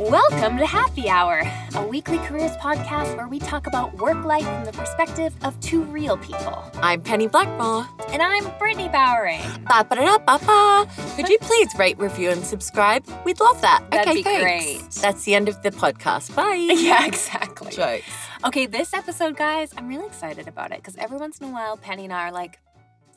Welcome to Happy Hour, a weekly careers podcast where we talk about work life from the perspective of two real people. I'm Penny Blackmore. And I'm Brittany Bowering. Ba ba da ba ba. Could you please rate, review, and subscribe? We'd love that. That'd okay, be thanks. great. That's the end of the podcast. Bye. Yeah, exactly. Jokes. Okay, this episode, guys, I'm really excited about it because every once in a while, Penny and I are like,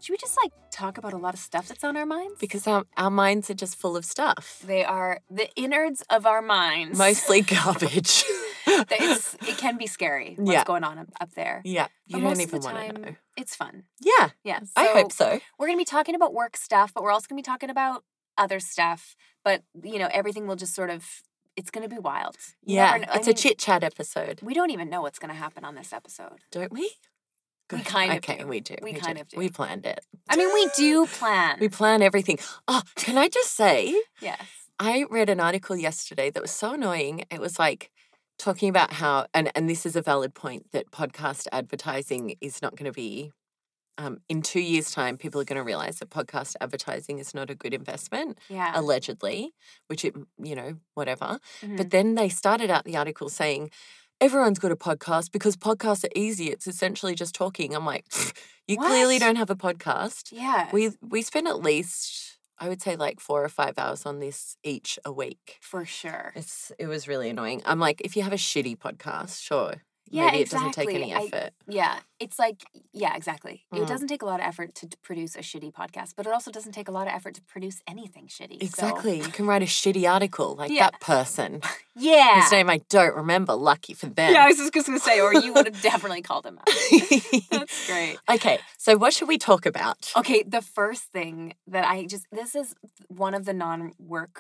should we just like talk about a lot of stuff that's on our minds? Because our, our minds are just full of stuff, they are the innards of our minds. mostly garbage. it's, it can be scary what's Yeah. going on up- up there. yeah, you But don't most of the even want to time- know. It's fun. Yeah, Yeah. I hope so. We're going to be talking about work stuff, but we're also going to be talking about other stuff. But, you know, everything will just sort of, it's going to be wild. You Yeah, never kn- I it's a mean, chit chat episode, We don't even know what's going to happen on this episode. don't we? We Good. kind of okay, do. we do. We kind of do. We planned it. I mean, we do plan. We plan everything. Oh, can I just say? yes. I read an article yesterday that was so annoying. It was like talking about how, and, and this is a valid point that podcast advertising is not going to be, um, in two years' time, people are going to realize that podcast advertising is not a good investment, Yeah. allegedly, which it, you know, whatever. Mhm. But then they started out the article saying, everyone's got a podcast because podcasts are easy. It's essentially just talking. I'm like, you clearly What? don't have a podcast yeah. we we spend at least i would say like four or five hours on this each a week for sure. it's it was really annoying i'm like if you have a shitty podcast sure Yeah, maybe it doesn't take exactly. any I- effort Yeah. It's like, yeah, exactly. It Mm. doesn't take a lot of effort to d- produce a shitty podcast, but it also doesn't take a lot of effort to produce anything shitty. so- exactly you can write a shitty article like Yeah. that person Yeah. whose name i don't remember lucky for them Yeah, I was just going to say, or you would have definitely called him out. That's great. okay so what should we talk about Okay, the first thing that I just this is one of the non-work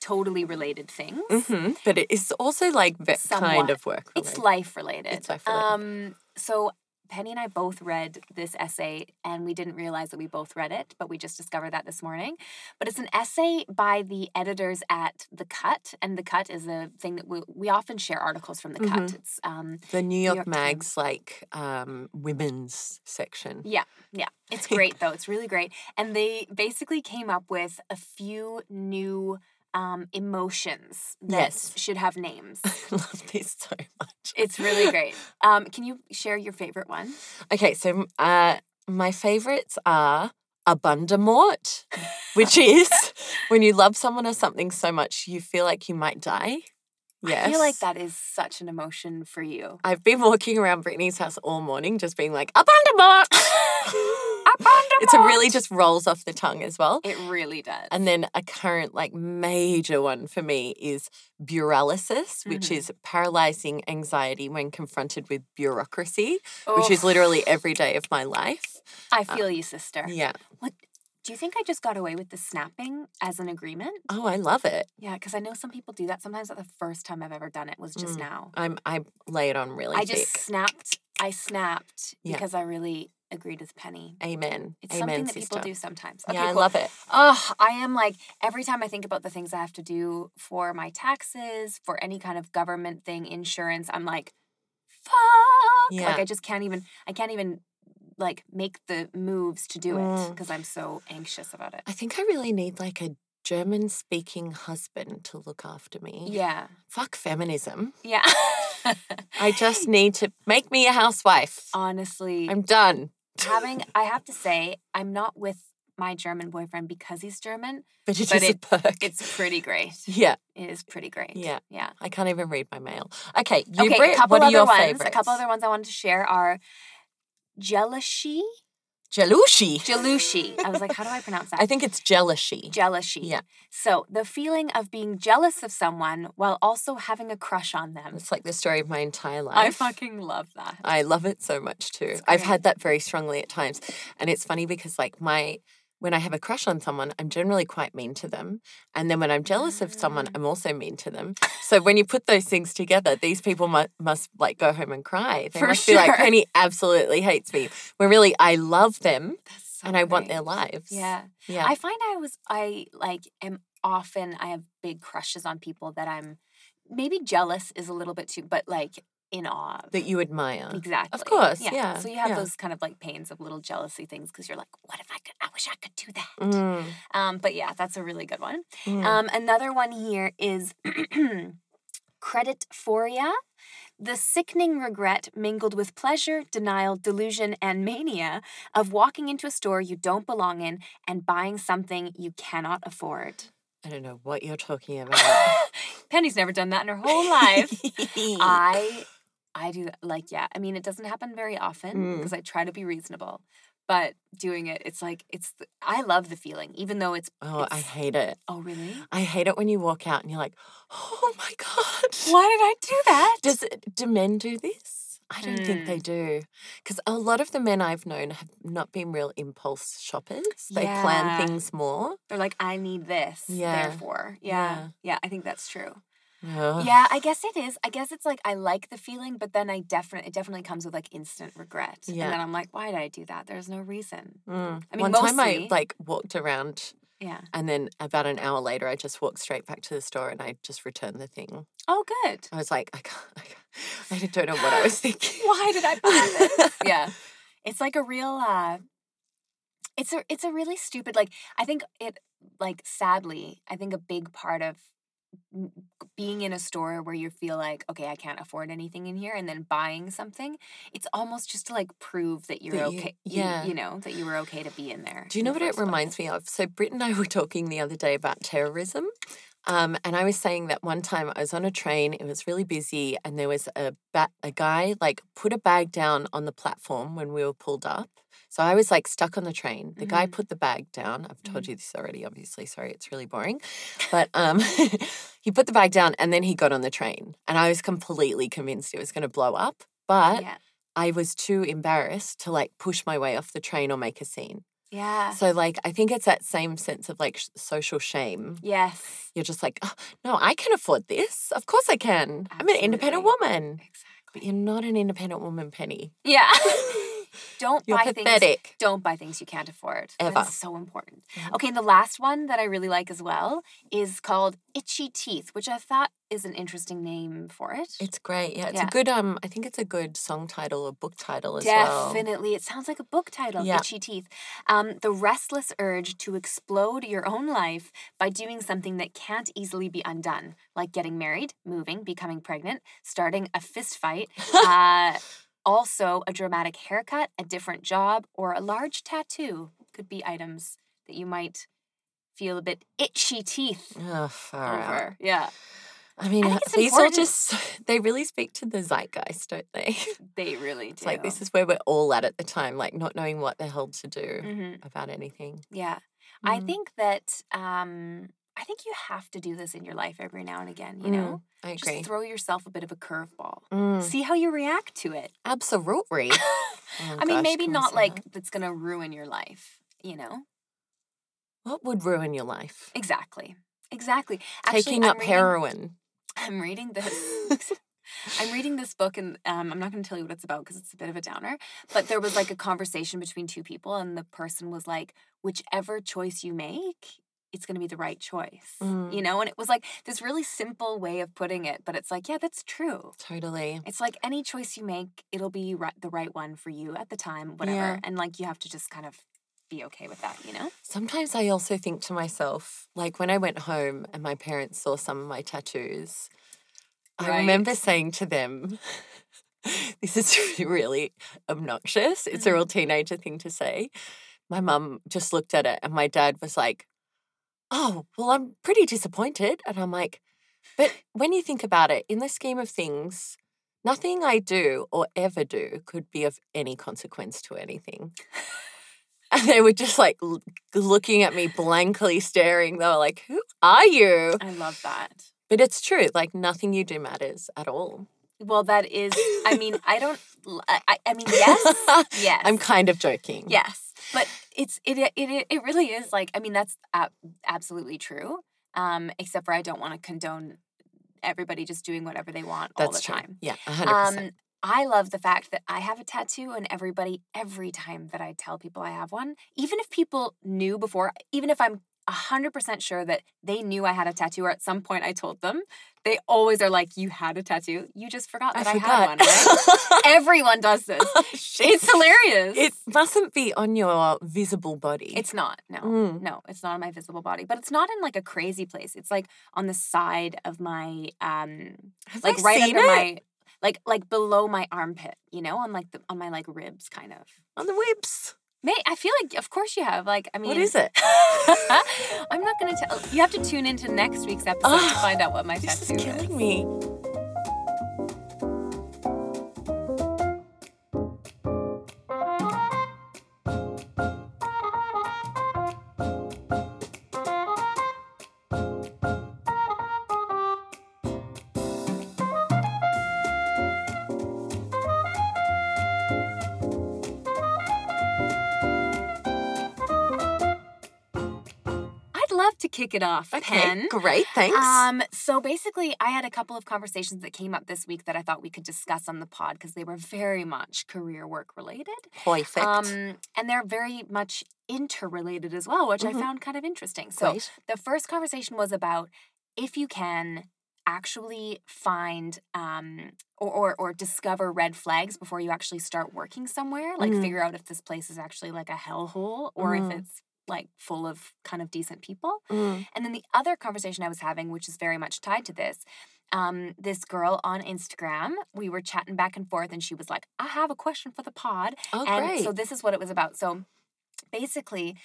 totally related things. hmm but it is also like ve- kind Somewhat. of work It's related. life related. It's life related. Um so Penny and I both read this essay and we didn't realize that we both read it, but we just discovered that this morning. But it's an essay by the editors at The Cut and The Cut is a thing that we, we often share articles from The Cut. Mhm. It's um the new york, York Times. mag's like um, women's section Yeah, yeah. It's great though. It's really great. And they basically came up with a few new um, emotions that Yes. should have names. i love this so much It's really great. Um, can you share your favorite one? Okay, so m- uh, my favorites are abundamort, which is when you love someone or something so much you feel like you might die. Yes. I feel like that is such an emotion for you. I've been walking around Brittany's house all morning just being like, abundamort! It's a really just rolls off the tongue as well. It really does. And then a current, like, major one for me is buralysis, which Mhm. is paralyzing anxiety when confronted with bureaucracy, which Oh, is literally every day of my life. I feel you, sister. Yeah. What? Do you think I just got away with the snapping as an agreement? Oh, I love it. Yeah, because I know some people do that. Sometimes the first time I've ever done it was just Mm. now. I'm I lay it on really I thick. just snapped. I snapped Yeah. because I really agreed with Penny. Amen. It's something Amen, that sister. people do sometimes. Okay, yeah, I cool. love it. Oh, I am like every time I think about the things I have to do for my taxes, for any kind of government thing, insurance, I'm like, fuck. Yeah. Like I just can't even. I can't even like make the moves to do it Mm. because I'm so anxious about it. I think I really need like a German speaking husband to look after me. Yeah. Fuck feminism. Yeah. I just need to make me a housewife. honestly I'm done. having. I have to say, I'm not with my German boyfriend because he's German. But it's But just a perk. It's pretty great. yeah, It is pretty great. Yeah. Yeah. I can't even read my mail. Okay, you Okay, Brit, a couple what are other your ones. favorites? A couple other ones I wanted to share are jealousy. Jealousy. Jealousy. I was like, how do I pronounce that? I think it's jealousy. jealousy. Yeah. So the feeling of being jealous of someone while also having a crush on them. It's like the story of my entire life. I fucking love that. I love it so much too. great. I've had that very strongly at times. And it's funny because like my when I have a crush on someone, I'm generally quite mean to them. And then when I'm jealous of someone, Ah. I'm also mean to them. So when you put those things together, these people must, must like go home and cry. They For must be like, sure. Penny absolutely hates me. When really I love them That's so and I want their great. lives. Yeah. Yeah. I find I was I like am often I have big crushes on people that I'm maybe jealous is a little bit too but like in awe of. that you admire. Exactly. Of course. Yeah. So you have yeah. those kind of like pains of little jealousy things because you're like, what if I could? I wish I could do that. Mm, Um, but yeah, that's a really good one. mm. Um, another one here is credit phoria. The sickening regret mingled with pleasure, denial, delusion, and mania of walking into a store you don't belong in and buying something you cannot afford. I don't know what you're talking about. Penny's never done that in her whole life. I I do that- like yeah. I mean, it doesn't happen very often Mm. because I try to be reasonable. But doing it, it's like it's. The, I love the feeling, even though it's. oh, I it's- hate it. Oh really? I hate it when you walk out and you're like, oh my God. Why did I do that? Does it, do men do this? I don't think Hmm. they do. Because a lot of the men I've known have not been real impulse shoppers. They Yeah. plan things more. They're like, I need this. Yeah. Therefore, yeah, Yeah. yeah, I think that's true. Ugh. yeah, I guess it is. I guess it's like I like the feeling, but then I definitely it definitely comes with like instant regret. Yeah. And then I'm like, why did I do that? There's no reason. Mm. I mean, one time I mostly- like walked around Yeah. and then about an hour later, I just walked straight back to the store and I just returned the thing. Oh, good. I was like, I can't, I, can't, I don't know what I was thinking. why did I buy this? yeah. It's like a real uh it's a it's a really stupid like I think it like sadly, I think a big part of n- being in a store where you feel like okay I can't afford anything in here and then buying something it's almost just to like prove that you're That you- okay you- yeah. you, know that you were okay to be in there Do you know what it reminds me of? So, Britt and I were talking the other day about terrorism. Um, and I was saying that one time I was on a train, it was really busy, and there was a, ba- a guy like put a bag down on the platform when we were pulled up. So I was like stuck on the train. The guy Mhm. put the bag down. I've told Mhm. you this already, obviously. Sorry, it's really boring. But um, he put the bag down and then he got on the train. And I was completely convinced it was going to blow up. But yeah I was too embarrassed to like push my way off the train or make a scene. yeah So, like, I think it's that same sense of like sh- social shame. yes You're just like, oh, no, I can afford this. Of course I can. I'm an independent Absolutely. woman. But exactly you're not an independent woman, Penny. yeah don't You're buy things pathetic. don't buy things you can't afford. Ever. That's so important. Yeah. Okay, and the last one that I really like as well is called Itchy Teeth, which I thought is an interesting name for it. It's great. Yeah, it's a Yeah. good. Um, I think it's a good song title or book title as well. Definitely. It sounds like a book title, Yeah. Itchy Teeth. Um, the restless urge to explode your own life by doing something that can't easily be undone, like getting married, moving, becoming pregnant, starting a fist fight. Uh, also, a dramatic haircut, a different job, or a large tattoo could be items that you might feel a bit itchy teeth Oh, far out. over. Yeah, I mean, I think uh, it's these all important- just—they really speak to the zeitgeist, don't they? It's they really do. like this is where we're all at at the time, like not knowing what the hell to do hmm about anything. Yeah. I Mm. think that um I think you have to do this in your life every now and again, you know? Mm, I Just agree. throw yourself a bit of a curveball. Mm. See how you react to it. Absolutely. I mean, maybe not like that's going to ruin your life, you know? What would ruin your life? Exactly. Exactly. Actually, Taking I'm up reading- heroin. I'm reading this. I'm reading this book, and um, I'm not going to tell you what it's about because it's a bit of a downer. But there was like a conversation between two people, and the person was like, "Whichever choice you make, it's going to be the right choice," Mm. you know. And it was like this really simple way of putting it, but it's like, yeah, that's true. Totally. It's like any choice you make, it'll be ri- the right one for you at the time, whatever. Yeah. And like you have to just kind of be okay with that, you know. Sometimes I also think to myself, like when I went home and my parents saw some of my tattoos, I Right. remember saying to them, this is really obnoxious. It's a Mm-hmm. real teenager thing to say. My mum just looked at it and my dad was like, oh, well, I'm pretty disappointed. And I'm like, but when you think about it, in the scheme of things, nothing I do or ever do could be of any consequence to anything. And they were just like l- looking at me blankly, staring. They were like, Who are you? I love that. But it's true. Like, nothing you do matters at all. Well, that is. I mean, I don't. l- I, I- I mean, yes, yes. I'm kind of joking. Yes, but it's it it it, it really is like I mean that's ab- absolutely true. Um, except for I don't want to condone everybody just doing whatever they want all That's the true. time. Yeah, 100%. Um, I love the fact that I have a tattoo, and everybody every time that I tell people I have one, even if people knew before, even if I'm 100% sure that they knew I had a tattoo or at some point I told them. They always are like, You had a tattoo. You just forgot that I, had one, right? Everyone does this. It's hilarious. It mustn't be on your visible body. It's not, no. Mm. No, it's not on my visible body, but it's not in like a crazy place. It's like on the side of my, um, Have like I right seen under it? my, like like below my armpit, you know, on like the on my like ribs, kind of. on the whips. May I feel like, of course you have. Like, I mean, What is it? I'm not gonna tell. You have to tune into next week's episode to Ugh, find out what my this tattoo is is. killing me. I'd love to kick it off, Okay, Pen. great. Thanks. Um, so basically, I had a couple of conversations that came up this week that I thought we could discuss on the pod because they were very much career work related. Perfect. Um, and they're very much interrelated as well, which I Mhm. found kind of interesting. So great. the first conversation was about if you can actually find um, or, or or discover red flags before you actually start working somewhere like Mm. figure out if this place is actually like a hellhole or Mm. if it's like full of kind of decent people Mm. and then the other conversation i was having which is very much tied to this um, this girl on instagram we were chatting back and forth and she was like i have a question for the pod Oh, and great. so this is what it was about. So basically,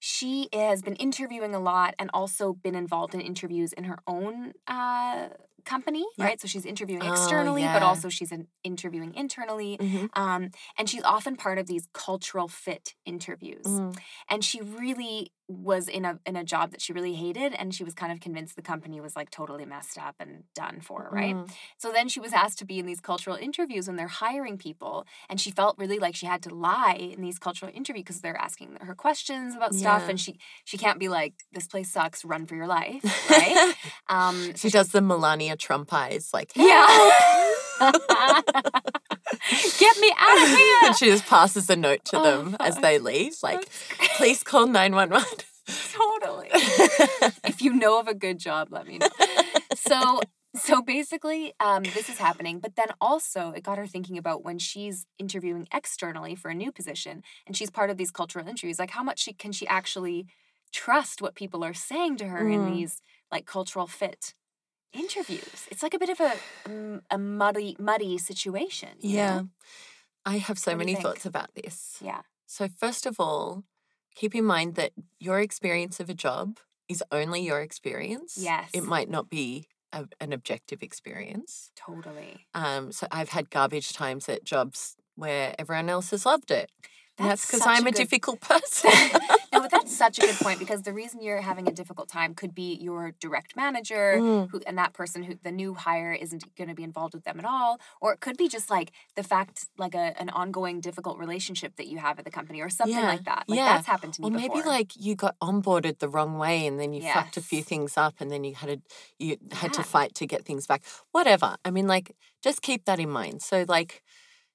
she has been interviewing a lot and also been involved in interviews in her own uh, company, Yeah. right? So she's interviewing Oh, externally, but yeah. also she's in- interviewing internally. Mhm. Um, and she's often part of these cultural fit interviews. Mm. And she really was in a in a job that she really hated, and she was kind of convinced the company was like totally messed up and done for, right? Mm. So then she was asked to be in these cultural interviews when they're hiring people, and she felt really like she had to lie in these cultural interviews because they're asking her questions about stuff, Yeah. and she she can't be like, "This place sucks, run for your life," right? um, mm. she does the Melania Trump eyes, like Yeah. "Help." get me out of here! and she just passes a note to Oh, them as they leave, like, please call nine one one. totally. if you know of a good job, let me know. So so basically, um, this is happening. But then also, it got her thinking about when she's interviewing externally for a new position, and she's part of these cultural interviews. Like, how much she, can she actually trust what people are saying to her in Mm. these like cultural fit interviews? It's like a bit of a um, a muddy muddy situation. you Yeah. know? I have so What do you many think? thoughts about this. Yeah. So, first of all, keep in mind that your experience of a job is only your experience. Yes. It might not be a, an objective experience. Totally. Um, so, I've had garbage times at jobs where everyone else has loved it. And That's That's because such I'm a a good- difficult person. no, but that's such a good point because the reason you're having a difficult time could be your direct manager, Mm. who and that person who the new hire isn't going to be involved with them at all, or it could be just like the fact like a, an ongoing difficult relationship that you have at the company or something Yeah, like that. Like yeah. that's happened to me Or maybe before. like you got onboarded the wrong way, and then you fucked a few Yes. things up, and then you had a, you had to Yeah. fight to get things back. Whatever. I mean, like just keep that in mind. So like,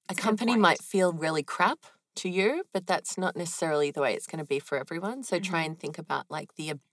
That's a a good company point. might feel really crap to you, but that's not necessarily the way it's going to be for everyone. So try Mm-hmm. and think about like the ob-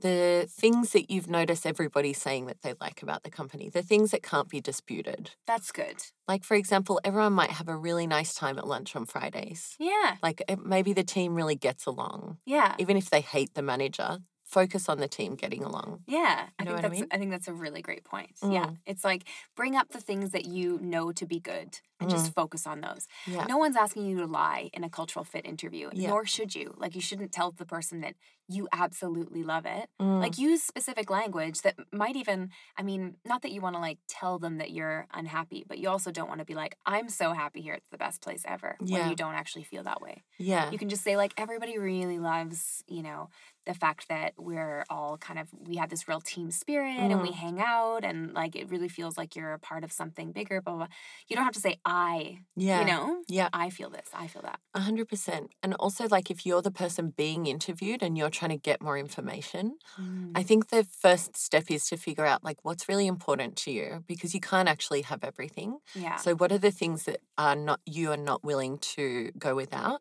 the things that you've noticed everybody saying that they like about the company, the things that can't be disputed. That's good. Like for example, everyone might have a really nice time at lunch on Fridays. Yeah. Like it, maybe the team really gets along Yeah. even if they hate the manager, focus on the team getting along. Yeah, I think know what I that's mean? Mm. think that's a really great point. Yeah, it's like bring up the things that you know to be good and just focus on those. Mm. Yeah. No one's asking you to lie in a cultural fit interview, Yeah. nor should you. Like you shouldn't tell the person that you absolutely love it. Mm. Like use specific language that might even I mean, not that you want to like tell them that you're unhappy, but you also don't want to be like I'm so happy here, it's the best place ever Yeah. when you don't actually feel that way. yeah. You can just say like everybody really loves, you know, the fact that we're all kind of we have this real team spirit and Mm. we hang out and like it really feels like you're a part of something bigger, blah blah. blah. You don't have to say I, yeah. you know? Yeah. I feel this, I feel that. A hundred percent. And also like if you're the person being interviewed and you're trying to get more information, I think the first step is to figure out like what's really important to you because you can't actually have everything. yeah. So what are the things that are not you are not willing to go without?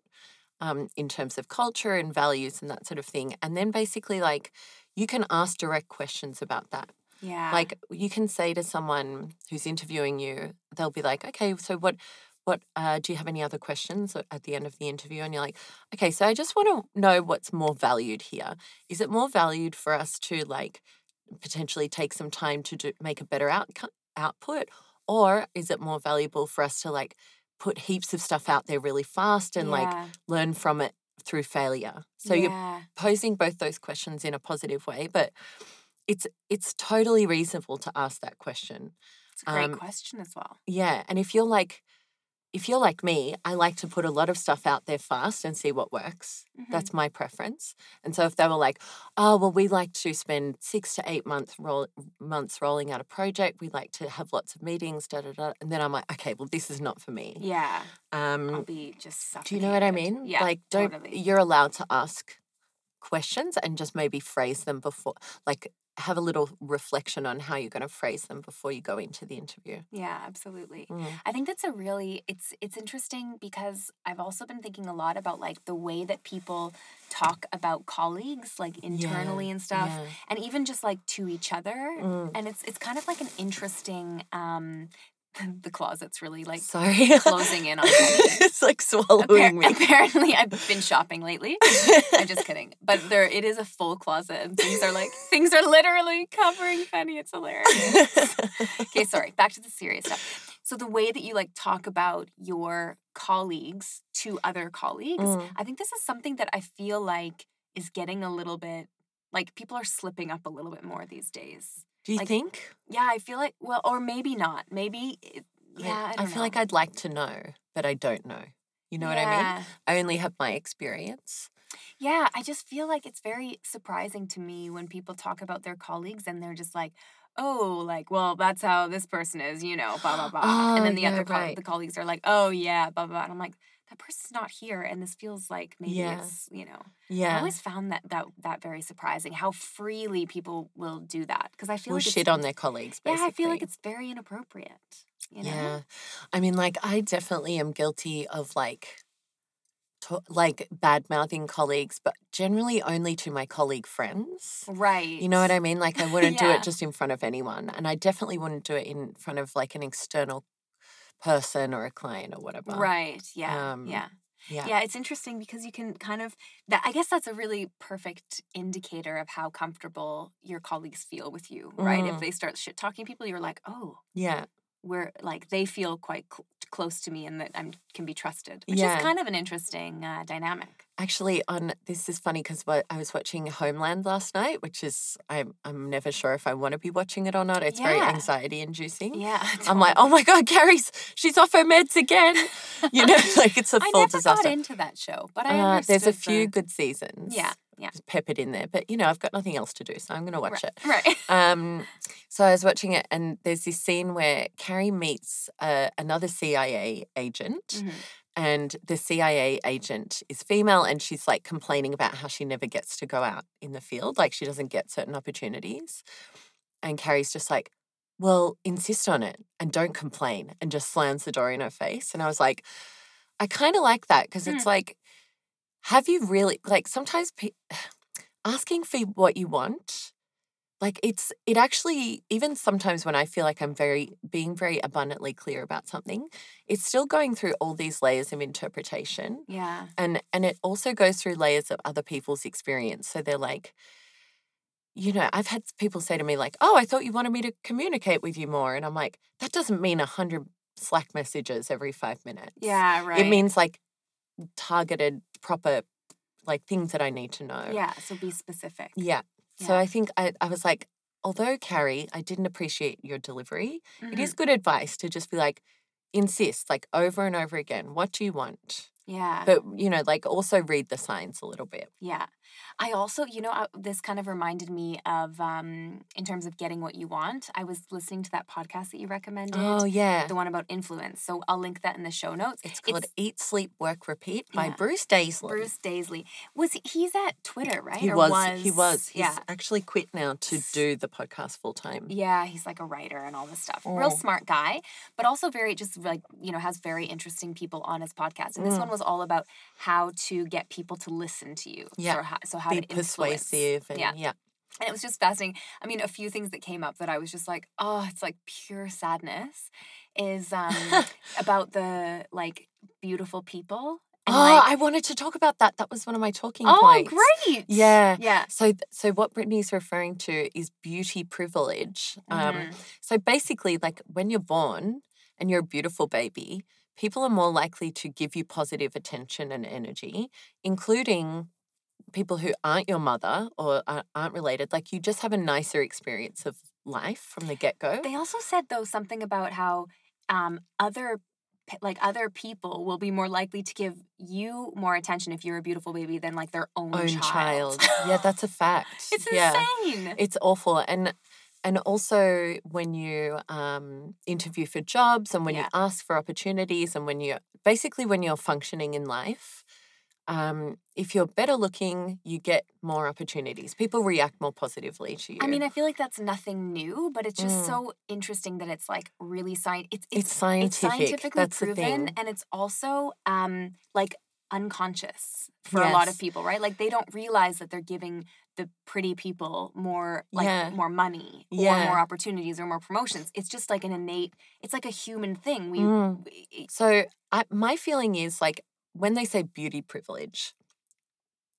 um, in terms of culture and values and that sort of thing. And then basically, like, you can ask direct questions about that. Yeah. Like, you can say to someone who's interviewing you, they'll be like, okay, so what? What uh, do you have any other questions at at the end of the interview? And you're like, okay, so I just want to know what's more valued here. Is it more valued for us to like potentially take some time to do, make a better outcome output, or is it more valuable for us to like put heaps of stuff out there really fast and like Yeah. learn from it through failure. So you're Yeah. posing both those questions in a positive way, but it's it's totally reasonable to ask that question. It's a great um, question as well. Yeah, and if you're like if you're like me, I like to put a lot of stuff out there fast and see what works. Mhm. That's my preference. And so if they were like, "Oh, well we like to spend 6 to 8 months roll, months rolling out a project. We like to have lots of meetings, da da da." And then I'm like, "Okay, well this is not for me." yeah. Um I'll be just do you know what I suffocated. mean? Yeah. Like, don't totally. you're allowed to ask questions and just maybe phrase them before, like, have a little reflection on how you're going to phrase them before you go into the interview. Yeah, absolutely. Mm. I think that's a really it's it's interesting because I've also been thinking a lot about like the way that people talk about colleagues like internally and stuff yeah. and even just like to each other Mm. and it's it's kind of like an interesting um the closet's really like Sorry, closing in on me. it's like Appar- swallowing me. apparently I've been shopping lately. I'm just kidding. But there it is a full closet and things are like things are literally covering Penny. It's hilarious. Okay, sorry. Back to the serious stuff. So the way that you like talk about your colleagues to other colleagues, Mm. I think this is something that I feel like is getting a little bit like people are slipping up a little bit more these days. Do you Like, think? Yeah, I feel like well, or maybe not. Maybe it, yeah. I, I, don't feel like I'd like to know, but I don't know. You know what I mean? I only have my experience. Yeah, I just feel like it's very surprising to me when people talk about their colleagues and they're just like, "Oh, like, well, that's how this person is," you know, blah blah blah. and Oh, then the yeah, other col right. the colleagues are like, "Oh yeah, blah blah," and I'm like, "That person's not here," and this feels like maybe Yeah. it's you know. I Yeah, always found that that that very surprising how freely people will do that because I feel we'll like it's- shit on their colleagues. yeah, Basically. I feel like it's very inappropriate. You know? Yeah. I mean, like, I definitely am guilty of like, to- like bad mouthing colleagues, but generally only to my colleague friends. Right. You know what I mean? Like, I wouldn't do Yeah. it just in front of anyone. And I definitely wouldn't do it in front of like an external person or a client or whatever. Right. Yeah. Um, yeah. Yeah. Yeah, it's interesting because you can kind of that I guess that's a really perfect indicator of how comfortable your colleagues feel with you, right? Mm. If they start shit talking people, you're like, "Oh, Yeah. we're like they feel quite cl- close to me and that I'm can be trusted." Which Yeah. is kind of an interesting uh, dynamic. Actually, on this is funny because what I was watching Homeland last night, which is I'm I'm never sure if I want to be watching it or not. It's very Yeah. anxiety inducing. Yeah. I'm like, oh my god, Carrie's she's off her meds again. totally. You know, like it's a I "Oh, full never disaster. got into that show, but I Uh, understood there's a few the- good seasons. Yeah, yeah. just peppered in there, but you know, I've got nothing else to do, so I'm going to watch Right. it. right. Um, so I was watching it, and there's this scene where Carrie meets uh, another CIA agent, Mhm. and the CIA agent is female, and she's like complaining about how she never gets to go out in the field, like she doesn't get certain opportunities. And Carrie's just like, well, insist on it and don't complain, and just slams the door in her face. And I was like, I kind of like that because it's like, have you really, like, sometimes pe- asking for what you want, like, it's, it actually, even sometimes when I feel like I'm very, being very abundantly clear about something, it's still going through all these layers of interpretation Yeah. and and it also goes through layers of other people's experience so they're like you know i've had people say to me like oh i thought you wanted me to communicate with you more and i'm like that doesn't mean 100 slack messages every 5 minutes Yeah, right. it means like targeted proper like things that i need to know Yeah, so be specific. yeah so Yeah. i think i, I was like although carrie i didn't appreciate your delivery it Mhm. is good advice to just be like insist like over and over again what do you want Yeah. but you know like also read the signs a little bit Yeah. I also, you know, I, this kind of reminded me of, um, in terms of getting what you want, I was listening to that podcast that you recommended, Oh, yeah. the one about influence. So I'll link that in the show notes. It's called it's- Eat, Sleep, Work, Repeat by Yeah. Bruce Daisley. Bruce Daisley. Was he, he's at Twitter, right? He Or was, He was. He's yeah. actually quit now to do the podcast full time. Yeah, he's like a writer and all this stuff. Real Mm. smart guy, but also very just like, you know, has very interesting people on his podcast. And this Mm. one was all about how to get people to listen to you. Yeah. So how, so how Be to influence. persuasive and Yeah. yeah. And it was just fascinating. I mean, a few things that came up that I was just like, oh, it's like pure sadness is um about the like beautiful people. oh, And like, I wanted to talk about that. That was one of my talking oh points. great. Yeah. Yeah. So, th- so what Brittany's referring to is beauty privilege. Um, Mhm. so basically, like when you're born and you're a beautiful baby, people are more likely to give you positive attention and energy, including people who aren't your mother or a- aren't related. Like you just have a nicer experience of life from the get go. They also said though something about how um, other pe- like other people will be more likely to give you more attention if you're a beautiful baby than like their own, Own child. yeah, that's a fact. it's yeah. insane. It's awful. And and also when you um, interview for jobs and when you Yeah. ask for opportunities and when you basically when you're functioning in life, um, if you're better looking, you get more opportunities. People react more positively to you. I mean, I feel like that's nothing new, but it's just Mm. so interesting that it's like really science. It's it's, it's, it's scientific. scientifically That's the proven, thing. and it's also um like unconscious for a lot of Yes. people, right? Like they don't realize that they're giving the pretty people more like Yeah. more money or Yeah. more opportunities or more promotions. It's just like an innate. It's like a human thing. We. Mm. we- e, So I, my feeling is like when they say beauty privilege,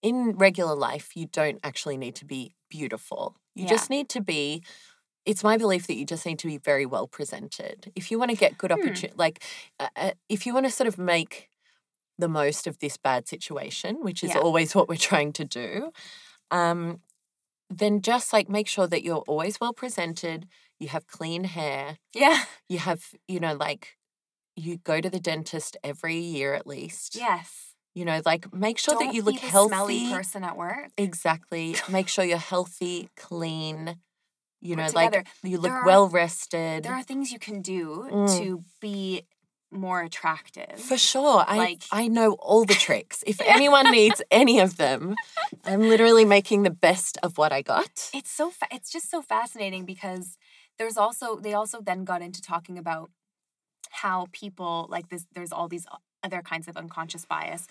in regular life, you don't actually need to be beautiful. You Yeah. just need to be. It's my belief that you just need to be very well presented. If you want to get good Hmm. opportunity, like uh, uh, if you want to sort of make the most of this bad situation, which is Yeah. always what we're trying to do, um, then just like make sure that you're always well presented. You have clean hair yeah. you have you know like you go to the dentist every year at least Yes. you know like make sure Don't that you be look the healthy Smelly person at work. exactly make sure you're healthy clean you Put know together. like you look There are- well rested There are things you can do Mm. to be more attractive. for sure i like- i know all the tricks if anyone needs any of them i'm literally making the best of what i got It's so fa- it's just so fascinating because there's also they also then got into talking about how people like this there's all these o- other kinds of unconscious bias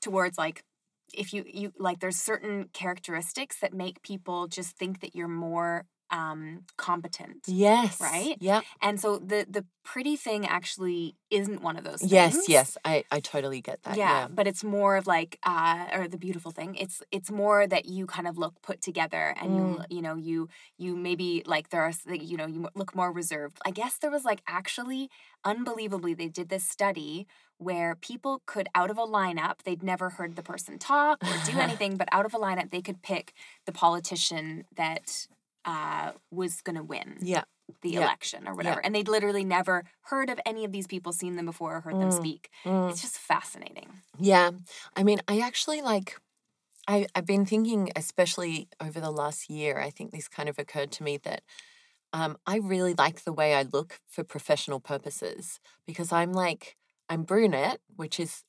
towards like if you you like there's certain characteristics that make people just think that you're more um competent. yes Right? yeah And so the the pretty thing actually isn't one of those things. yes yes i i totally get that yeah, but it's more of like uh or the beautiful thing it's it's more that you kind of look put together and you Mm. l- you know you you maybe like there are s- like, you know you m- look more reserved i guess there was like actually unbelievably they did this study where people could out of a lineup they'd never heard the person talk or do anything but out of a lineup they could pick the politician that uh was gonna win yeah. the yeah. election or whatever and they'd literally never heard of any of these people seen them before or heard them Mm. speak Mm. it's just fascinating Yeah. I mean, I actually like I, I've been thinking, especially over the last year, I think this kind of occurred to me that um, I really like the way I look for professional purposes because I'm like, I'm brunette, which is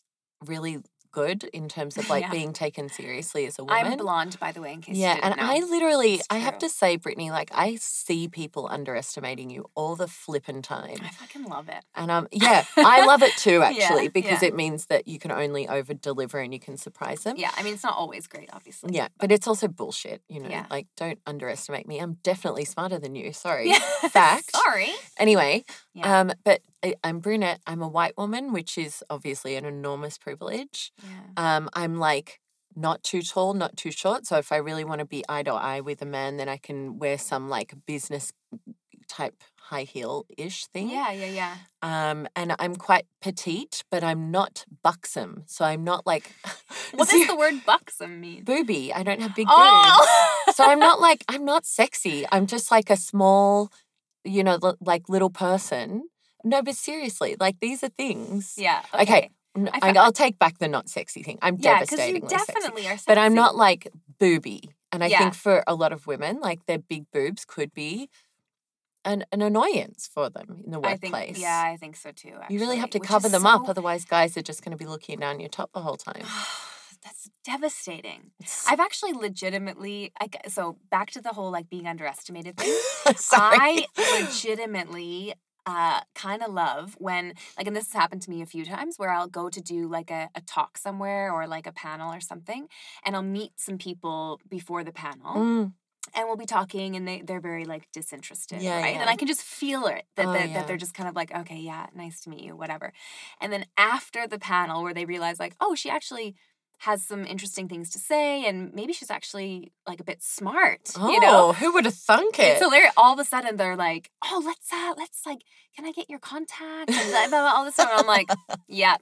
really good in terms of like Yeah. being taken seriously as a woman. I'm blonde, by the way, in case Yeah, you didn't and I know. literally, It's I have true. to say, Brittany, like I see people underestimating you all the flippin' time. I fucking love it. And um, yeah, I love it too, Yeah, actually, because yeah. it means that you can only over deliver and you can surprise them. Yeah, I mean, it's not always great, obviously. Yeah, but it's also bullshit, you know. Yeah. Like, don't underestimate me. I'm definitely smarter than you. Sorry. Yeah. Fact. Sorry. Anyway, Yeah. um, but I, I'm brunette. I'm a white woman, which is obviously an enormous privilege. Yeah. Um, I'm like not too tall, not too short. So if I really want to be eye to eye with a man, then I can wear some like business type high heel ish thing. Yeah, yeah, yeah. Um, and I'm quite petite, but I'm not buxom. So I'm not like. What does the word buxom mean? booby? I don't have big boobs Oh! so I'm not like I'm not sexy. I'm just like a small, you know, li- like little person. No, but seriously, like these are things. yeah. Okay. Okay. N- I I fo- will take back the not sexy thing. I'm Yeah, because you devastatingly sexy, definitely are sexy. but I'm not like booby. And I Yeah. think for a lot of women, like their big boobs could be an, an annoyance for them in the I workplace. think, yeah, I think so too. You really have to actually, which cover is them so- up, otherwise, guys are just going to be looking down your top the whole time. That's devastating. It's- I've actually legitimately, I, g- so back to the whole like being underestimated thing. Sorry. I legitimately uh, kind of love when, like, and this has happened to me a few times where I'll go to do like a, a talk somewhere or like a panel or something, and I'll meet some people before the panel Mm, and we'll be talking and they, they're very like disinterested Yeah, right yeah. and i can just feel it that, Oh, that, yeah. that they're just kind of like okay yeah nice to meet you whatever and then after the panel where they realize like oh she actually has some interesting things to say and maybe she's actually like a bit smart oh, you know who would have thunk it? it's hilarious. All of a sudden, they're like, "Oh, let's uh, let's like, can I get your contact?" And blah, blah, blah, all this stuff. And I'm like, "Yeah."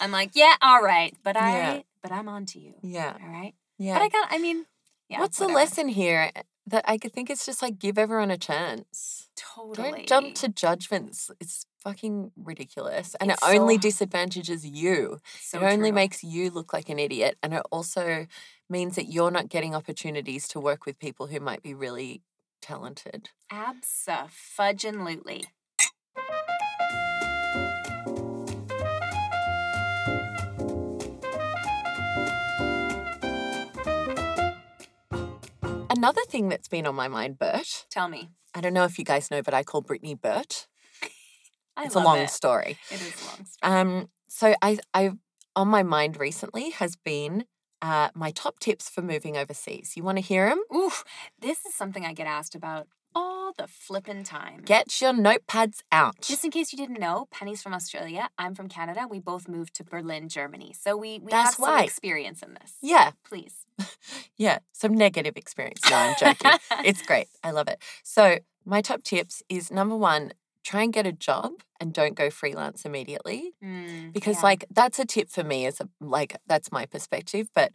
I'm like, "Yeah, all right." But I, Yeah. but I'm on to you. yeah, All right. yeah. But I got. I mean, yeah. What's the whatever. lesson here? eh, That I could think it's just like give everyone a chance. Totally. Don't jump to judgments. It's fucking ridiculous, and It's it only so- disadvantages you. So it only true. makes you look like an idiot, and it also means that you're not getting opportunities to work with people who might be really talented. Abso-fudgin-lutely. Another thing that's been on my mind, Bert. Tell me. I don't know if you guys know, but I call Brittany Bert. I it's love a long it. story. It is a long. Story. Um, so I, I, on my mind recently has been uh, my top tips for moving overseas. You want to hear them? Oof. This is something I get asked about all the flippin' time. Get your notepads out. Just in case you didn't know, Penny's from Australia. I'm from Canada. We both moved to Berlin, Germany. So we, we have That's some why. experience in this. yeah, Please. yeah. Some negative experience. No, I'm joking. it's great. I love it. So my top tips is number one, try and get a job and don't go freelance immediately. Mm, because yeah. like that's a tip for me as a like that's my perspective but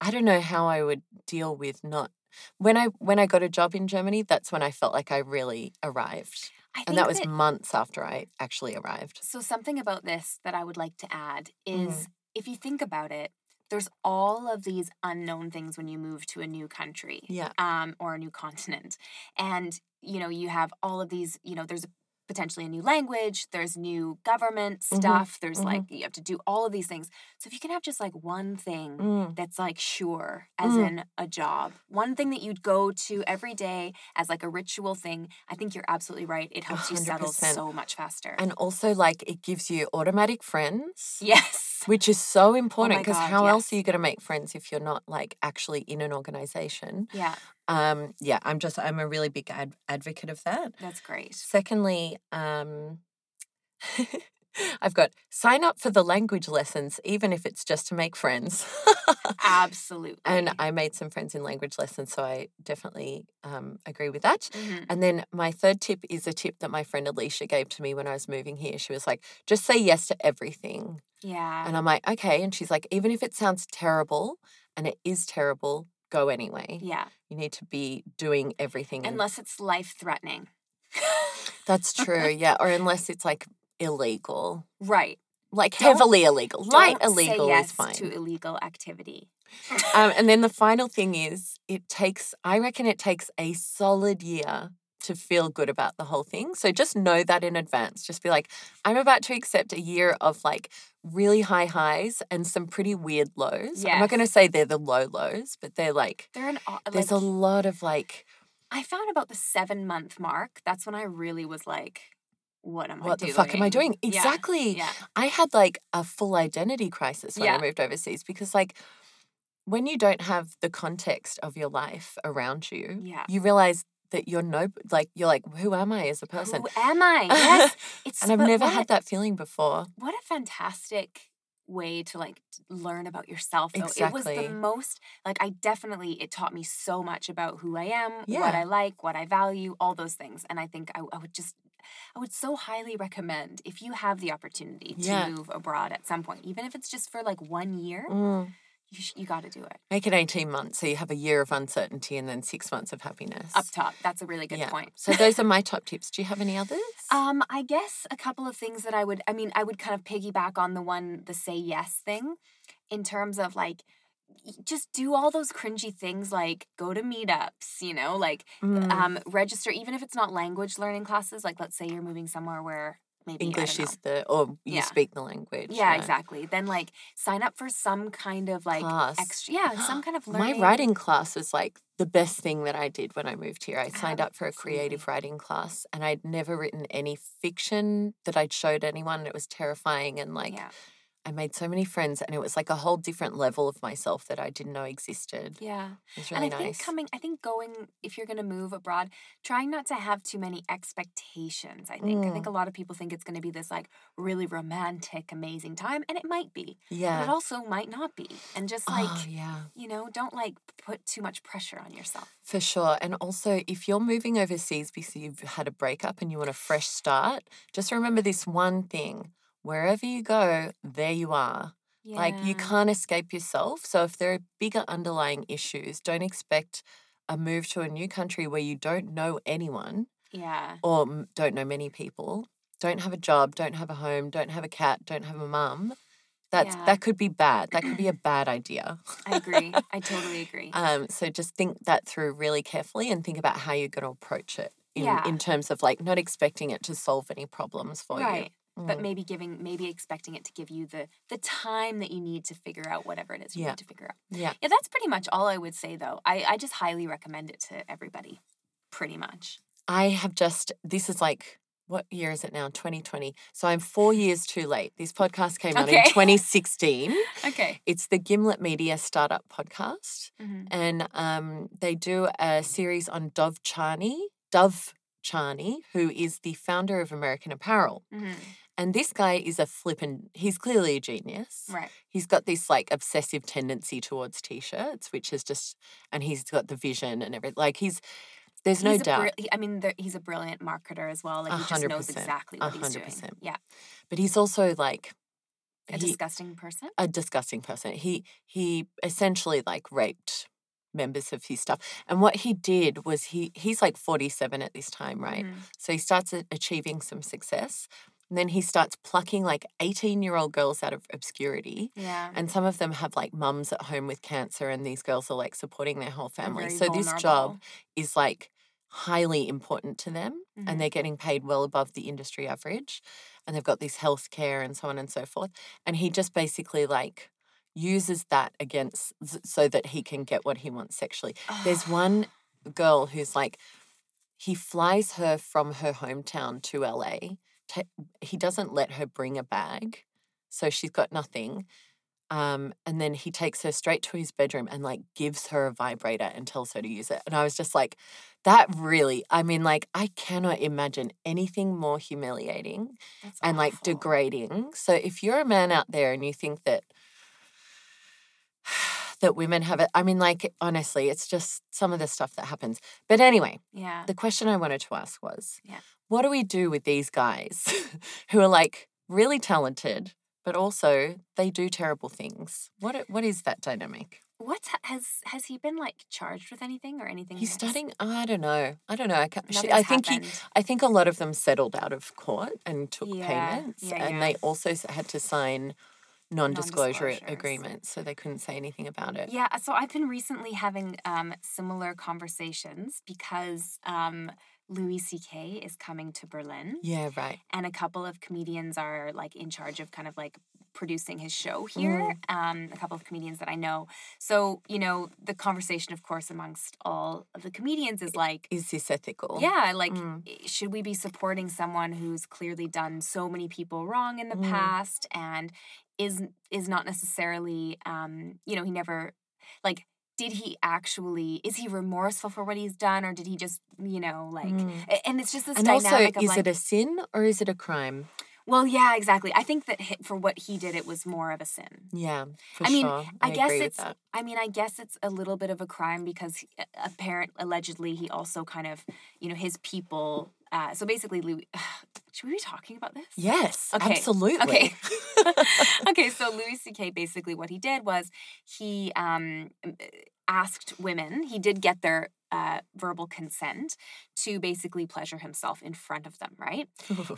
i don't know how i would deal with not when i when i got a job in germany that's when i felt like i really arrived I think and that was months after i actually arrived so something about this that I would like to add Mhm. is if you think about it, there's all of these unknown things when you move to a new country. yeah um, or a new continent. And, you know, you have all of these, you know, there's potentially a new language, there's new government Mhm, stuff, there's like, you have to do all of these things. So if you can have just like one thing Mm. that's like sure, as Mm. in a job, one thing that you'd go to every day as like a ritual thing, I think you're absolutely right. It helps you settle 100%. so much faster. and also like it gives you automatic friends yes. Oh which is so important my because God, how else are yes. you going to make friends if you're not like actually in an organization Yeah, um yeah i'm just i'm a really big ad- advocate of that that's great. Secondly, um, I've got sign up for the language lessons, even if it's just to make friends. Absolutely. and I made some friends in language lessons, so I definitely um, agree with that. Mhm. And then my third tip is a tip that my friend Alicia gave to me when I was moving here. She was like, just say yes to everything. Yeah. And I'm like, okay. And she's like, even if it sounds terrible, and it is terrible, go anyway. yeah. You need to be doing everything. and Unless it's life threatening. That's true. Yeah. Or unless it's like illegal, Right. like Don't- heavily illegal, light Don't say illegal yes is fine. to illegal activity. um, and then the final thing is it takes, I reckon it takes a solid year to feel good about the whole thing. So just know that in advance. Just be like, I'm about to accept a year of like really high highs and some pretty weird lows. I'm not going to Yes. say they're the low lows, but they're like, They're an au- like, there's a lot of like, I found about the seven month mark. That's when I really was like, what am I what the doing? fuck am I doing? Yeah, Exactly. Yeah. I had like a full identity crisis when I Yeah. moved overseas because, like, when you don't have the context of your life around you, Yeah. you realize that you're no, like, you're like, who am I as a person? Who am I? Yes. It's and I've but never what had that feeling before. what a fantastic way to like t- learn about yourself though it was Exactly. the most like i definitely it taught me so much about who i am what Yeah. i like what i value all those things and i think i, I would just i would so highly recommend if you have the opportunity to Yeah. move abroad at some point even if it's just for like one year Mm. you, sh- you got to do it Make it 18 months. So you have a year of uncertainty and then six months of happiness. up top that's a really good Yeah. point So those are my top tips. Do you have any others? Um, I guess a couple of things that I would, I mean, I would kind of piggyback on the one, the say yes thing in terms of like y- just do all those cringy things like go to meetups, you know, like Mm. um, register, even if it's not language learning classes. Like, let's say you're moving somewhere where maybe I English don't know. is the or you Yeah. speak the language. yeah, exactly. Then like sign up for some kind of like Class. extra, yeah, some kind of learning. My writing class was like the best thing that I did when I moved here. I signed up for a creative writing class and I'd never written any fiction that I'd showed anyone. and It was terrifying and like yeah, I made so many friends and it was like a whole different level of myself that I didn't know existed. yeah. It was really and I nice. think coming, I think going, if you're going to move abroad, trying not to have too many expectations. I think. I Mm. think a lot of people think it's going to be this like really romantic, amazing time, and it might be, but it yeah. also might not be. And just like oh, yeah. you know, don't like put too much pressure on yourself. For sure. And also, if you're moving overseas because you've had a breakup and you want a fresh start, just remember this one thing wherever you go, there you are. Like, you Yeah. can't escape yourself. So, if there are bigger underlying issues, don't expect a move to a new country where you don't know anyone Yeah. or m- don't know many people, don't have a job, don't have a home, don't have a cat, don't have a mum. That's, Yeah. That could be bad. That could be a bad idea. I agree. I totally agree. Um, so just think that through really carefully and think about how you're going to approach it in, Yeah. in terms of like not expecting it to solve any problems for right. you. But Mm. maybe giving, maybe expecting it to give you the the time that you need to figure out whatever it is you Yeah. need to figure out. yeah. Yeah, that's pretty much all I would say though. I, I just highly recommend it to everybody. Pretty much. I have just, this is like, what year is it now? 2020. So I'm four years too late. This podcast came out in Okay. 2016. Okay. It's the Gimlet Media Startup Podcast. hmm And um, they do a series on Dove Charney, Dove Charney, who is the founder of American Apparel. hmm And this guy is a flippin', he's clearly a genius. Right. He's got this like obsessive tendency towards t shirts, which is just, and he's got the vision and everything. Like he's, there's no he's A doubt, bri- he- I mean, there- he's a brilliant marketer as well. Like A he just hundred knows percent. exactly A what he's hundred doing. percent. Yeah. but he's also like, A he- disgusting person. a disgusting person. He, he essentially like raped members of his stuff. And what he did was he, he's like 47 at this time, right? Mhm. So he starts a- achieving some success. And then he starts plucking like 18 year old girls out of obscurity. Yeah. And some of them have like mums at home with cancer, and these girls are like supporting their whole They're family. very So this job vulnerable. is like highly important to them, Mhm. and they're getting paid well above the industry average, and they've got this health care and so on and so forth. And he just basically like uses that against s- so that he can get what he wants sexually. There's one girl who's like, he flies her from her hometown to LA. Ta he doesn't let her bring a bag, so she's got nothing. Um, and then he takes her straight to his bedroom and like gives her a vibrator and tells her to use it. And I was just like, that really, I mean, like, I cannot imagine anything more humiliating That's and like awful. degrading. So if you're a man out there and you think that that women have it, I mean, like, honestly, it's just some of the stuff that happens. But anyway, Yeah. the question I wanted to ask was Yeah. what do we do with these guys who are like really talented, but also they do terrible things? What i- What is that dynamic? What has has he been like charged with anything or anything? He's has- starting. I don't know. I don't know. I, can't, she, Nothing's I think he. happened. I think a lot of them settled out of court and took Yeah, payments, yeah, and yeah. they also s- had to sign non-disclosure a- Non-disclosures. agreements, so they couldn't say anything about it. Yeah, so I've been recently having um, similar conversations because um, Louis C.K. is coming to Berlin, Yeah. Right. and a couple of comedians are like in charge of kind of like producing his show here. Um, a couple of comedians that I know. So you know, the conversation, of course, amongst all of the comedians is like, Is this ethical? yeah, like, Mm. i- should we be supporting someone who's clearly done so many people wrong in the Mm. past and is is not necessarily, um, you know, he never, like, did he actually is he remorseful for what he's done or did he just, you know, like, Mm. a- and it's just this And also, dynamic of is like, it a sin or is it a crime? well, yeah, exactly. I think that hi- for what he did, it was more of a sin. Yeah, for I mean, sure. I guess agree it's- with that. I mean, I guess it's a little bit of a crime because he- a- apparent allegedly he also kind of, you know, his people. Uh, so basically, Louis, should we be talking about this? Yes, Okay, absolutely. okay. okay, so Louis C.K. basically what eh, he did was he um, asked women. He did get their uh, verbal consent to basically pleasure himself in front of them, right?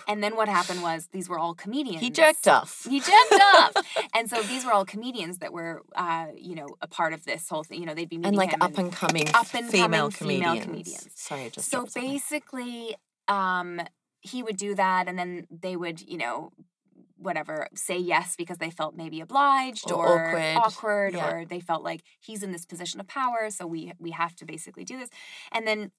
And then what happened was these were all comedians. he jerked off. He jacked up. and so these were all comedians that were, uh, you know, a part of this whole thing. You know, they'd be meeting and like him up and coming up and female, coming female comedians. comedians. Sorry, I just so dropped something. basically, um, he would do that, and then they would, you know, whatever, say yes because they felt maybe obliged Or or, awkward. awkward, Yeah. or they felt like he's in this position of power, so we we have to basically do this. And then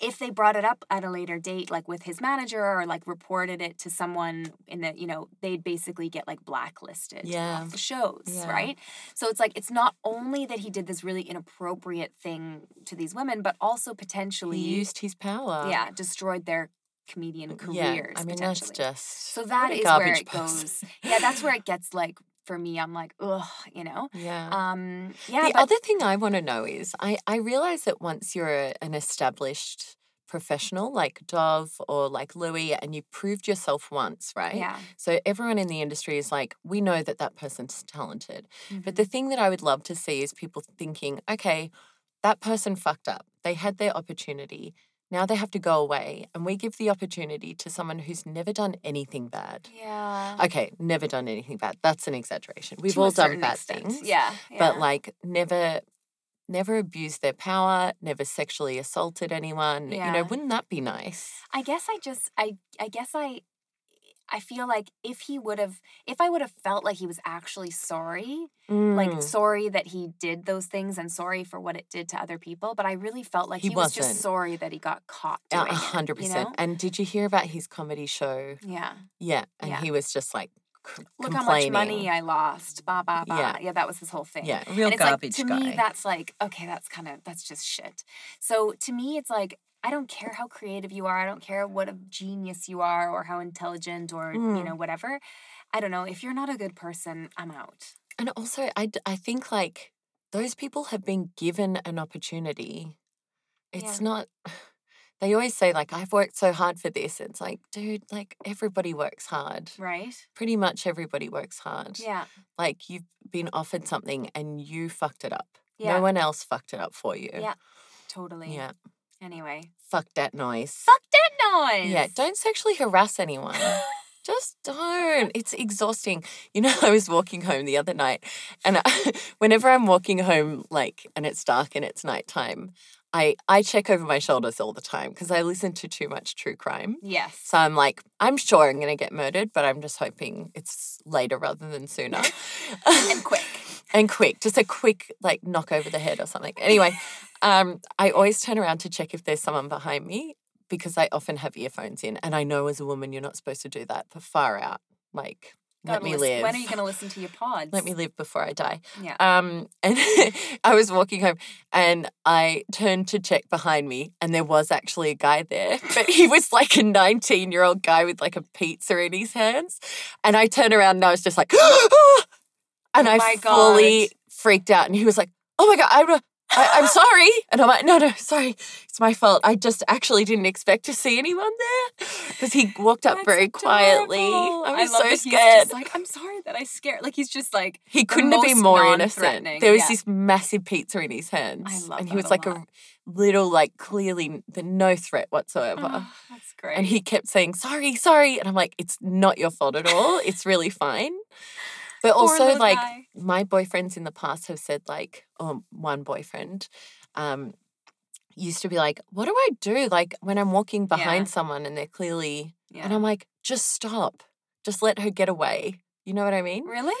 if they brought it up at a later date, like with his manager or like reported it to someone in the, you know, they'd basically get like blacklisted Yeah. off the shows, Yeah. right? So it's like it's not only that he did this really inappropriate thing to these women, but also potentially he used his power. yeah, destroyed their comedian Uh, Yeah, careers. I mean that's potentially. just so what that a is where garbage it person. goes. Yeah, that's where it gets like for me, I'm like, ugh, you know? Yeah. Um yeah, Uh-huh. the but other thing I want to know is I, I realize that once you're a, an established professional like Dove or like Louis and you proved yourself once, right? yeah. So everyone in the industry is like, we know that that person's talented. But mhm, the thing that I would love to see is people thinking, okay, that person fucked up. They had their opportunity. Now they have to go away. And we give the opportunity to someone who's never done anything bad. yeah. Okay, never done anything bad. That's an exaggeration. We've to a all done certain bad extent. things Yeah. yeah. but like never never abused their power never sexually assaulted anyone you Yeah. know wouldn't that be nice I guess I just I I guess I I feel like if he would have if I would have felt like he was actually sorry, like Mm. sorry that he did those things and sorry for what it did to other people, but I really felt like He he, was wasn't. just sorry that he got caught doing a it, a hundred you percent know? and did you hear about his comedy show Yeah. yeah and Yeah. he was just like c- Look how much complaining money I lost. Ba ba ba. Yeah. Yeah, that was his whole thing. yeah real and it's garbage like to guy me that's like okay that's kind of that's just shit so to me it's like i don't care how creative you are i don't care what a genius you are or how intelligent or Mm. you know whatever i don't know if you're not a good person i'm out and also I, d- I think like those people have been given an opportunity it's Yeah. not they always say like i've worked so hard for this it's like dude like everybody works hard right pretty much everybody works hard Mm. yeah like you've been offered something and you fucked it up. yeah No one else fucked it up for you. Yeah. totally Yeah. anyway Fuck that noise. fuck that noise Yeah. Don't sexually harass anyone. Just don't. It's exhausting. You know, I was walking home the other night, and I, whenever I'm walking home, like, and it's dark and it's nighttime, I I check over my shoulders all the time because I listen to too much true crime. yes So I'm like, I'm sure I'm gonna get murdered, but I'm just hoping it's later rather than sooner. and quick and quick, just a quick like knock over the head or something. Anyway, um, I always turn around to check if there's someone behind me because I often have earphones in, and I know as a woman you're not supposed to do that. But far out, like let Gotta me lis- live. when are you going to listen to your pods Let me live before I die. yeah Um, and I was walking home, and I turned to check behind me, and there was actually a guy there, but he was like a nineteen-year-old guy with like a pizza in his hands, and I turned around and I was just like, and I Oh my God. fully freaked out, and he was like, "Oh my god, I'm." a- I, am sorry. And I'm like, no, no, sorry. It's my fault. I just actually didn't expect to see anyone there because he walked up That's very quietly. adorable. I was love that so he's just scared. like, I'm sorry that I scared. Like he's just like, He the couldn't have been most more innocent. non-threatening, There was yeah. this massive pizza in his hands. love And that he was a like a lot. little, like, clearly n- the no threat whatsoever. "Oh, that's great. and he kept saying, sorry, sorry. And I'm like, it's not your fault at all. It's really fine. But Poor also, little like, guy. my boyfriends in the past have said, like, um, one boyfriend, um, used to be like, what do I do? Like, when I'm walking behind someone and they're clearly, yeah. and I'm like, just stop. Just let her get away. You know what I mean? really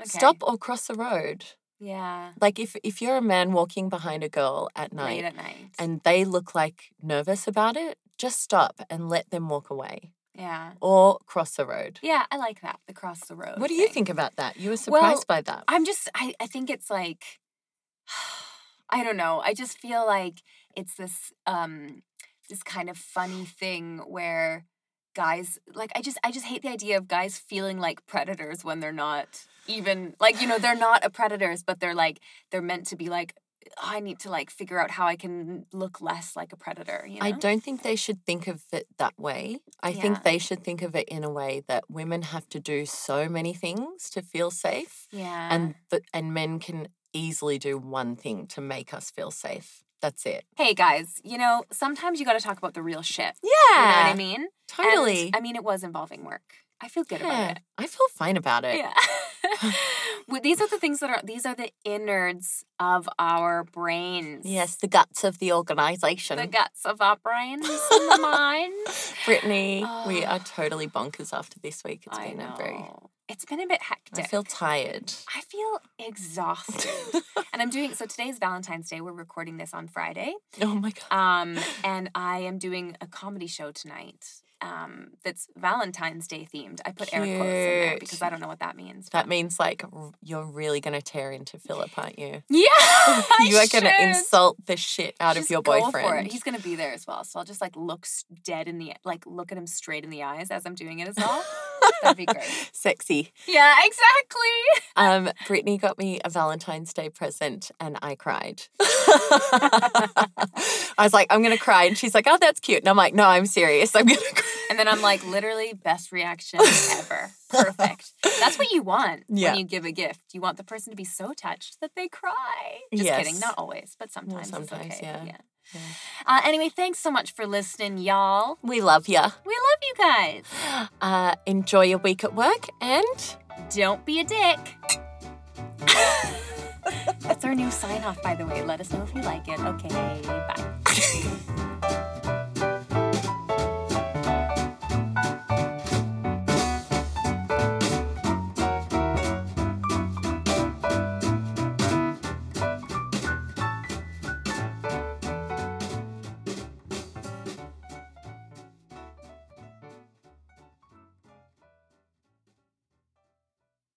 Okay. Stop or cross the road Yeah. like if if you're a man walking behind a girl at Late night at night. and they look like nervous about it just stop and let them walk away yeah. or cross the road Yeah, I like that. The cross the road. what do you thing. think about that you were Well, surprised by that I'm just I, I think it's like I don't know. I just feel like it's this um this kind of funny thing where guys like I just I just hate the idea of guys feeling like predators when they're not even like you know they're not a predators but they're like they're meant to be like "Oh, I need to like figure out how I can look less like a predator, you know? I don't think they should think of it that way. I Yeah. think they should think of it in a way that women have to do so many things to feel safe yeah. and th- and men can easily do one thing to make us feel safe. That's it. hey guys, you know, sometimes you got to talk about the real shit. Yeah. You know what I mean? And, Totally. I mean, it was involving work. I feel good Yeah, about it. I feel fine about it. Yeah. Well, these are the things that are these are the innards of our brains. Yes, the guts of the organization. The guts of our brains and the mind. Brittany, we Oh. are totally bonkers after this week. It's I been a very. know. It's been a bit hectic. I feel tired. I feel exhausted. and I'm doing so today's Valentine's Day. We're recording this on Friday. oh my god. Um, and I am doing a comedy show tonight. Um, that's Valentine's Day themed. I put air quotes in there Cute. because I don't know what that means. That means like r- you're really gonna tear into Philip, aren't you? Yeah, I you are gonna should. insult the shit out of Just your go for it. boyfriend. He's gonna be there as well, so I'll just like look s- dead in the like look at him straight in the eyes as I'm doing it as well. That'd be great. Sexy. yeah, exactly. Um, Brittany got me a Valentine's Day present and I cried. I was like, I'm gonna cry. And she's like, Oh, that's cute. And I'm like, No, I'm serious. I'm gonna cry. And then I'm like, literally, best reaction ever. Perfect. That's what you want Yeah. when you give a gift. You want the person to be so touched that they cry. Just kidding. Yes. Not always, but sometimes. it's sometimes, okay. yeah. yeah. Yeah. Uh, anyway, thanks so much for listening, y'all. We love ya. We love you guys. Uh, enjoy your week at work and Don't be a dick. That's our new sign off, by the way. Let us know if you like it. Okay, bye.